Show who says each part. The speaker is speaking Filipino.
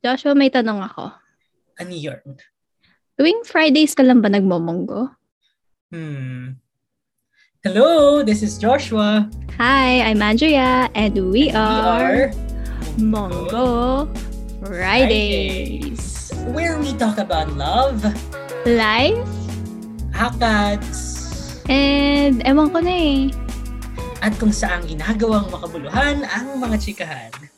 Speaker 1: Joshua, may tanong ako.
Speaker 2: Ano yun?
Speaker 1: Tuwing Fridays ka lang ba nagmomonggo?
Speaker 2: Hmm. Hello, this is Joshua.
Speaker 1: Hi, I'm Andrea and we are Mongo Fridays.
Speaker 2: Where we talk about love,
Speaker 1: Life
Speaker 2: hakads,
Speaker 1: and ewan ko na eh.
Speaker 2: at kung saang ginagawang makabuluhan ang mga chikahan.